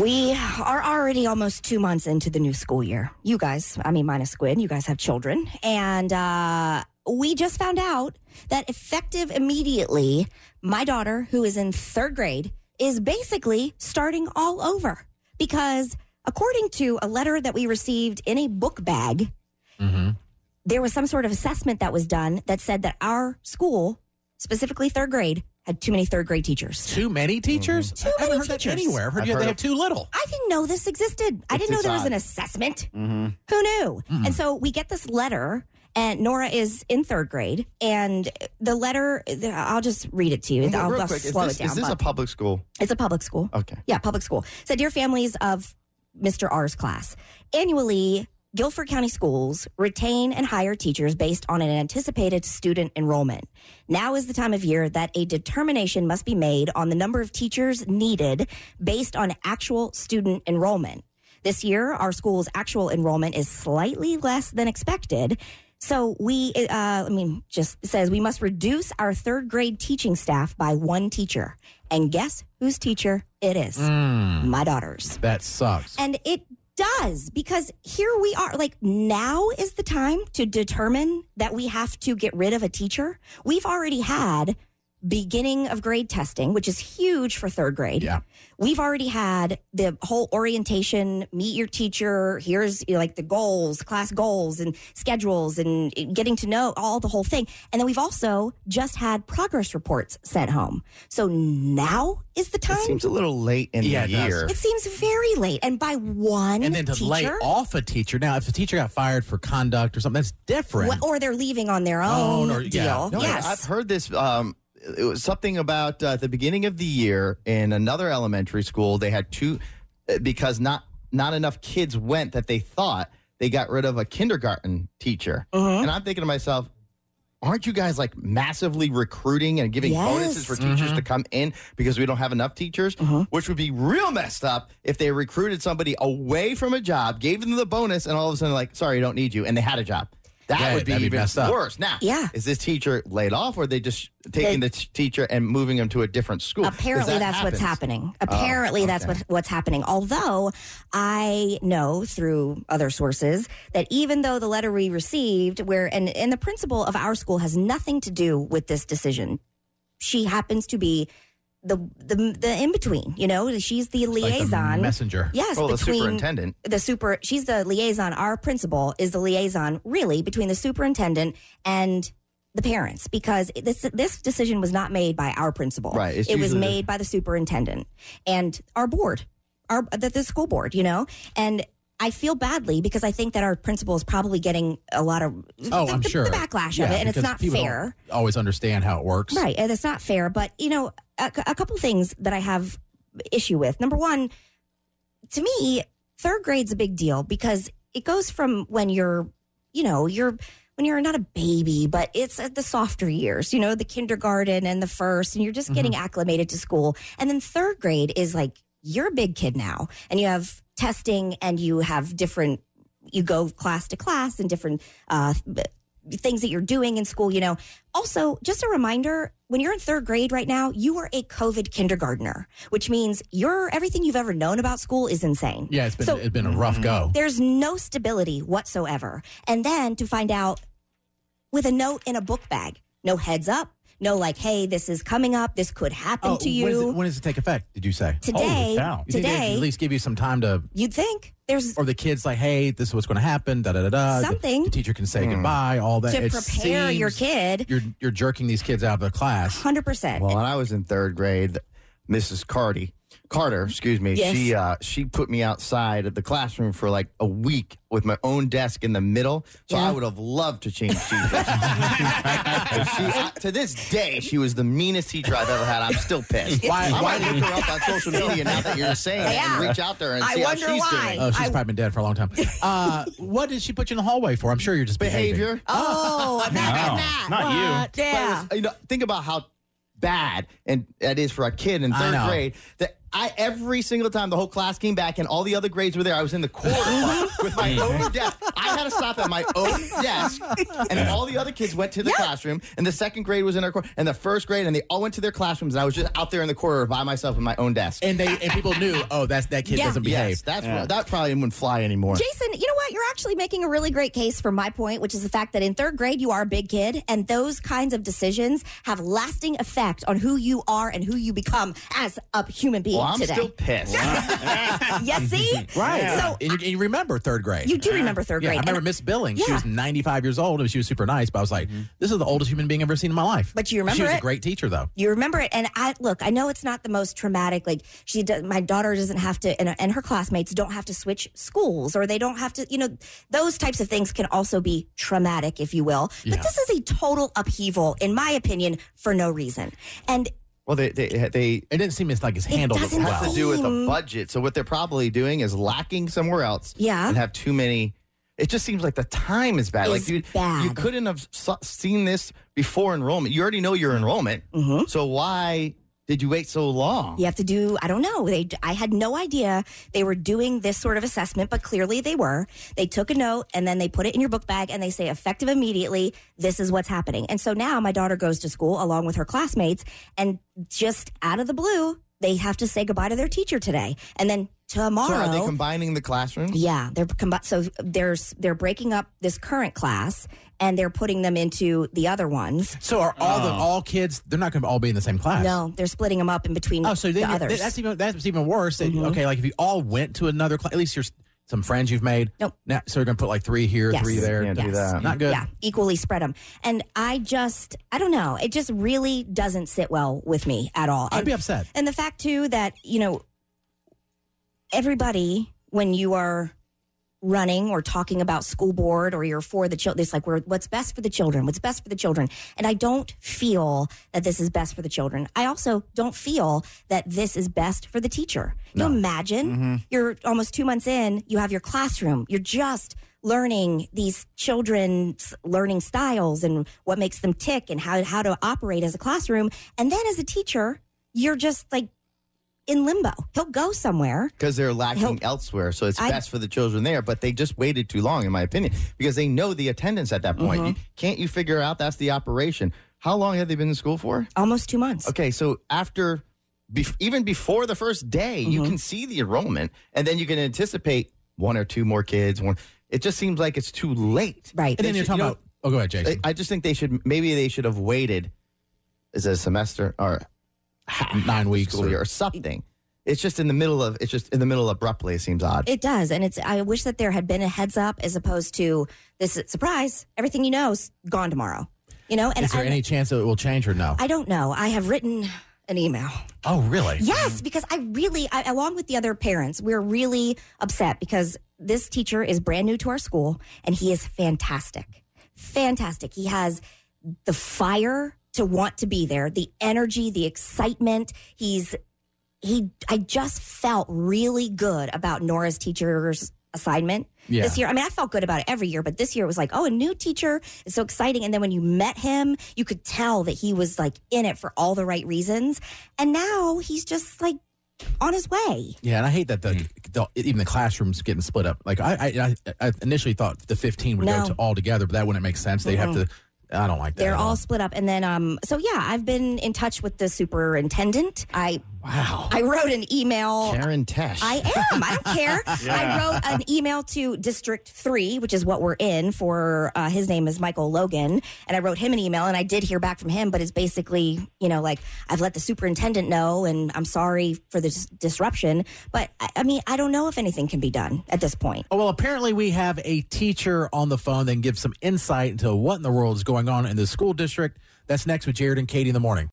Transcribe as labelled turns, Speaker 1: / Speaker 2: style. Speaker 1: We are already almost two months into the new school year. You guys, I mean, minus Squid, you guys have children. And uh, we just found out that effective immediately, my daughter, who is in third grade, is basically starting all over because, according to a letter that we received in a book bag,
Speaker 2: Mm-hmm.
Speaker 1: there was some sort of assessment that was done that said that our school, specifically third grade, had too many third grade teachers.
Speaker 2: Mm-hmm. Too many teachers?
Speaker 1: Too
Speaker 2: I haven't
Speaker 1: many
Speaker 2: heard
Speaker 1: teachers.
Speaker 2: that anywhere. I've heard,
Speaker 3: I've
Speaker 2: you
Speaker 3: heard
Speaker 2: they
Speaker 3: of-
Speaker 2: have too little.
Speaker 1: I didn't know this existed. I
Speaker 3: It's-
Speaker 1: didn't know
Speaker 3: it's
Speaker 1: there was
Speaker 3: odd.
Speaker 1: an assessment.
Speaker 3: Mm-hmm.
Speaker 1: Who knew?
Speaker 2: Mm.
Speaker 1: And so we get this letter, and Nora is in third grade, and the letter. I'll just read it to you. I'll, I'll
Speaker 3: is
Speaker 1: slow
Speaker 3: this,
Speaker 1: it down.
Speaker 3: is this
Speaker 1: but-
Speaker 3: a public school?
Speaker 1: it's a public school.
Speaker 3: Okay.
Speaker 1: Yeah, public school. So, dear families of Mr. R's class, annually, Guilford County Schools retain and hire teachers based on an anticipated student enrollment. Now is the time of year that a determination must be made on the number of teachers needed based on actual student enrollment. This year, our school's actual enrollment is slightly less than expected. So we, uh, I mean, just says we must reduce our third grade teaching staff by one teacher. And guess whose teacher it is?
Speaker 2: Mm,
Speaker 1: My daughter's.
Speaker 2: that sucks.
Speaker 1: And it does because here we are. Like now is the time to determine that we have to get rid of a teacher. We've already had beginning of grade testing, which is huge for third grade.
Speaker 2: Yeah.
Speaker 1: We've already had the whole orientation, meet your teacher, here's you know, like the goals, class goals and schedules and getting to know all the whole thing. And then we've also just had progress reports sent home. So now is the
Speaker 3: It
Speaker 1: time.
Speaker 3: seems a little late in
Speaker 2: Yeah, it
Speaker 3: the
Speaker 2: does.
Speaker 3: year.
Speaker 1: It seems very late, and by one
Speaker 2: and then to
Speaker 1: teacher,
Speaker 2: lay off a teacher. Now, if the teacher got fired for conduct or something, that's different.
Speaker 1: Wh- or they're leaving on their own
Speaker 2: Own or- yeah.
Speaker 1: deal.
Speaker 2: Oh, No,
Speaker 1: yes,
Speaker 3: I've heard this. Um, it was something about uh, the beginning of the year in another elementary school. They had two uh, because not not enough kids went that they thought they got rid of a kindergarten teacher.
Speaker 1: Mhm.
Speaker 3: And I'm thinking to myself, aren't you guys like massively recruiting and giving
Speaker 1: Yes.
Speaker 3: bonuses for teachers
Speaker 2: Mm-hmm.
Speaker 3: to come in because we don't have enough teachers?
Speaker 2: Uh-huh.
Speaker 3: Which would be real messed up if they recruited somebody away from a job, gave them the bonus, and all of a sudden like, sorry, I don't need you, and they had a job. That
Speaker 2: Yeah,
Speaker 3: would be
Speaker 2: that'd be
Speaker 3: even
Speaker 2: messed up.
Speaker 3: worse. Now,
Speaker 1: Yeah.
Speaker 3: is this teacher laid off, or are they just taking the t- teacher and moving them to a different school? 'Cause
Speaker 1: Apparently,
Speaker 3: that
Speaker 1: that's what's
Speaker 3: happens.
Speaker 1: happening.
Speaker 2: Oh,
Speaker 1: Apparently, that's what, what's happening. Although I know through other sources that even though the letter we received, where and and the principal of our school has nothing to do with this decision, she happens to be the the the in between. You know, she's the
Speaker 2: Like the
Speaker 1: liaison.
Speaker 2: messenger.
Speaker 1: yes,
Speaker 3: Well, Oh, the
Speaker 1: between
Speaker 3: superintendent.
Speaker 1: the super she's the liaison our principal is the liaison really between the superintendent and the parents because this this decision was not made by our principal
Speaker 3: Right, it's
Speaker 1: it was
Speaker 3: usually-
Speaker 1: made by the superintendent and our board our the, the school board you know and I feel badly because I think that our principal is probably getting a lot of
Speaker 2: Oh,
Speaker 1: the,
Speaker 2: I'm
Speaker 1: the-
Speaker 2: sure.
Speaker 1: the backlash
Speaker 2: Yeah,
Speaker 1: of it, and it's
Speaker 2: because
Speaker 1: not
Speaker 2: people don't
Speaker 1: fair.
Speaker 2: Always understand how it works.
Speaker 1: Right, and it's not fair. But you know, a, a couple things that I have issue with. Number one, to me, third grade's a big deal because it goes from when you're, you know, you're when you're not a baby, but it's at the softer years. You know, the kindergarten and the first, and you're just getting acclimated to school. And then third grade is like you're a big kid now, and you have testing, and you have different. You go class to class and different uh, things that you're doing in school, you know. Also, just a reminder, when you're in third grade right now, you are a COVID kindergartner, which means your everything you've ever known about school is insane.
Speaker 2: Yeah, it's been
Speaker 1: So-
Speaker 2: it's been a rough go.
Speaker 1: There's no stability whatsoever. And then to find out with a note in a book bag, no heads up, no like, hey, this is coming up, this could happen
Speaker 2: Oh,
Speaker 1: to
Speaker 2: When, is it,
Speaker 1: you.
Speaker 2: when does it take effect? Did you say
Speaker 1: Today,
Speaker 4: cow.
Speaker 2: You think they at
Speaker 1: today,
Speaker 2: least give you some time to,
Speaker 1: you'd think there's
Speaker 2: or the kids like, hey, this is what's going to happen. Da da da da.
Speaker 1: Something.
Speaker 2: The teacher can say goodbye. All that.
Speaker 1: to
Speaker 2: It
Speaker 1: prepare your
Speaker 2: seems
Speaker 1: kid
Speaker 2: You're you're jerking these kids out of the class.
Speaker 1: 100%.
Speaker 3: Well, when I was in third grade, Mrs. Carty, Carter, excuse me,
Speaker 1: Yes.
Speaker 3: she uh, she put me outside of the classroom for like a week with my own desk in the middle. So
Speaker 1: Yeah.
Speaker 3: I would have loved to change teachers. And she, uh, to this day, she was the meanest teacher I've ever had. I'm still pissed.
Speaker 2: Why-
Speaker 3: I
Speaker 2: why
Speaker 3: might look her up on social media now that you're saying it and
Speaker 1: Yeah.
Speaker 3: reach out there and
Speaker 1: I
Speaker 3: see how
Speaker 1: wonder
Speaker 3: she's
Speaker 1: why.
Speaker 3: doing.
Speaker 2: Oh, she's
Speaker 1: I-
Speaker 2: probably been dead for a long time. Uh, what did she put you in the hallway for? I'm sure you're just behaving.
Speaker 3: Behavior.
Speaker 1: Oh, I'm mad at
Speaker 4: No,
Speaker 1: that.
Speaker 4: not you.
Speaker 1: What?
Speaker 3: But
Speaker 1: Yeah.
Speaker 3: it's- you know, think about how bad and that is for a kid in
Speaker 2: I
Speaker 3: third
Speaker 2: know.
Speaker 3: grade. That I every single time the whole class came back and all the other grades were there. I was in the corridor with my
Speaker 2: Mm-hmm.
Speaker 3: own desk. I had to stop at my own desk, and all the other kids went to the classroom. And the second grade was in our corridor, and the first grade, and they all went to their classrooms. And I was just out there in the corridor by myself in my own desk.
Speaker 2: and they and people knew, oh, that's that kid
Speaker 1: Yeah.
Speaker 2: doesn't behave.
Speaker 3: Yes, that's
Speaker 2: Yeah.
Speaker 3: that probably wouldn't fly anymore.
Speaker 1: Jason, you know what? You're actually making a really great case for my point, which is the fact that in third grade, you are a big kid, and those kinds of decisions have lasting effect on who you are and who you become as a human being
Speaker 3: well, I'm
Speaker 1: today.
Speaker 3: still pissed.
Speaker 1: yes, see?
Speaker 2: Right.
Speaker 1: So
Speaker 2: and, you, and you remember third grade.
Speaker 1: you do remember third
Speaker 2: yeah, I
Speaker 1: grade.
Speaker 2: remember
Speaker 1: and-
Speaker 2: Miss Billings. She
Speaker 1: Yeah.
Speaker 2: was 95 years old and she was super nice, but I was like, this is the oldest human being I've ever seen in my life.
Speaker 1: But you remember
Speaker 2: She was a
Speaker 1: it?
Speaker 2: great teacher, though.
Speaker 1: you remember it and i look i know it's not the most traumatic like she does, my daughter doesn't have to and, and her classmates don't have to switch schools or they don't have to you know those types of things can also be traumatic if you will
Speaker 2: Yeah.
Speaker 1: but this is a total upheaval in my opinion for no reason and
Speaker 3: Well, they they they
Speaker 2: It didn't seem as like it's
Speaker 1: It
Speaker 2: handled it
Speaker 1: doesn't
Speaker 2: well.
Speaker 3: have to do with the
Speaker 1: Same.
Speaker 3: budget. So what they're probably doing is lacking somewhere else.
Speaker 1: Yeah.
Speaker 3: and have too many. It just seems like the time is bad. like
Speaker 1: Is
Speaker 3: dude, you
Speaker 1: bad.
Speaker 3: couldn't have s- seen this before enrollment. You already know your enrollment.
Speaker 1: Mhm.
Speaker 3: So why did you wait so long?
Speaker 1: you have to do i don't know they i had no idea they were doing this sort of assessment but clearly they were they took a note and then they put it in your book bag and they say effective immediately this is what's happening and so now my daughter goes to school along with her classmates and just out of the blue they have to say goodbye to their teacher today and then
Speaker 3: So
Speaker 1: tomorrow
Speaker 3: are they combining the classrooms?
Speaker 1: yeah, they're combi- so there's they're breaking up this current class and they're putting them into the other ones.
Speaker 2: So are all the all kids? They're not going to all be in the same class.
Speaker 1: No, they're splitting them up in between
Speaker 2: Oh, so
Speaker 1: the
Speaker 2: then you-
Speaker 1: others.
Speaker 2: that's even that's even worse. That- Okay, like if you all went to another class, at least you're s- some friends you've made.
Speaker 1: Nope.
Speaker 2: Now, so you're going to put like three here,
Speaker 1: Yes.
Speaker 2: three there.
Speaker 3: Can't do
Speaker 1: Yes.
Speaker 3: that.
Speaker 2: Not good.
Speaker 1: Yeah, equally spread them. And I just, I don't know. It just really doesn't sit well with me at all.
Speaker 2: I'd
Speaker 1: And,
Speaker 2: be upset.
Speaker 1: and the fact, too, that, you know, everybody, when you are running or talking about school board or you're for the children, it's like, we're, what's best for the children? What's best for the children? And I don't feel that this is best for the children. I also don't feel that this is best for the teacher. Can You imagine you're almost two months in, you have your classroom, you're just learning these children's learning styles and what makes them tick and how, how to operate as a classroom. And then as a teacher, you're just like in limbo. He'll go somewhere.
Speaker 3: Because they're lacking
Speaker 1: Help.
Speaker 3: elsewhere, so it's
Speaker 1: I-
Speaker 3: best for the children there. But they just waited too long, in my opinion, because they know the attendance at that point.
Speaker 1: Mm-hmm.
Speaker 3: You- can't you figure out that's the operation? How long have they been in school for?
Speaker 1: Almost two months.
Speaker 3: Okay, so after, bef- even before the first day, you can see the enrollment, and then you can anticipate one or two more kids. One, it just seems like it's too late.
Speaker 1: Right.
Speaker 2: And then
Speaker 3: They
Speaker 2: you're
Speaker 3: should-
Speaker 2: talking
Speaker 3: you know-
Speaker 2: about. Oh, go ahead, Jason.
Speaker 3: I, I just think they should maybe they should have waited. Is it a semester or half
Speaker 2: Nine
Speaker 3: the
Speaker 2: weeks
Speaker 3: school
Speaker 2: or-
Speaker 3: year or something? It's just in the middle of it's just in the middle abruptly. It seems odd.
Speaker 1: It does, and it's. I wish that there had been a heads up as opposed to this surprise. Everything you know is gone tomorrow. You know, and
Speaker 2: Is there
Speaker 1: I,
Speaker 2: any chance that it will change or no?
Speaker 1: I don't know. I have written an email.
Speaker 2: oh, really?
Speaker 1: Yes, because I really, I, along with the other parents, we're really upset because this teacher is brand new to our school and he is fantastic. Fantastic. He has the fire to want to be there, the energy, the excitement. He's, he, I just felt really good about Nora's teacher's assignment
Speaker 2: Yeah.
Speaker 1: this year. I mean, I felt good about it every year, but this year it was like, oh, a new teacher. It's so exciting. And then when you met him, you could tell that he was like in it for all the right reasons. And now he's just like on his way.
Speaker 2: Yeah, and I hate that the, the even the classrooms getting split up. Like I, I, I I initially thought the fifteen would go
Speaker 1: No.
Speaker 2: to all together, but that wouldn't make sense. They'd have to. I don't like that.
Speaker 1: They're
Speaker 2: at
Speaker 1: all split up. And then, um, so yeah, I've been in touch with the superintendent. I,
Speaker 2: Wow.
Speaker 1: I wrote an email.
Speaker 3: Karen Tesh.
Speaker 1: I am. I don't care. I wrote an email to District 3, which is what we're in for. Uh, his name is Michael Logan. And I wrote him an email and I did hear back from him, but it's basically, you know, like I've let the superintendent know and I'm sorry for the dis- disruption. But I, I mean, I don't know if anything can be done at this point.
Speaker 2: Oh, well, apparently we have a teacher on the phone that can give some insight into what in the world is going on in the school district. That's next with Jared and Katie in the morning.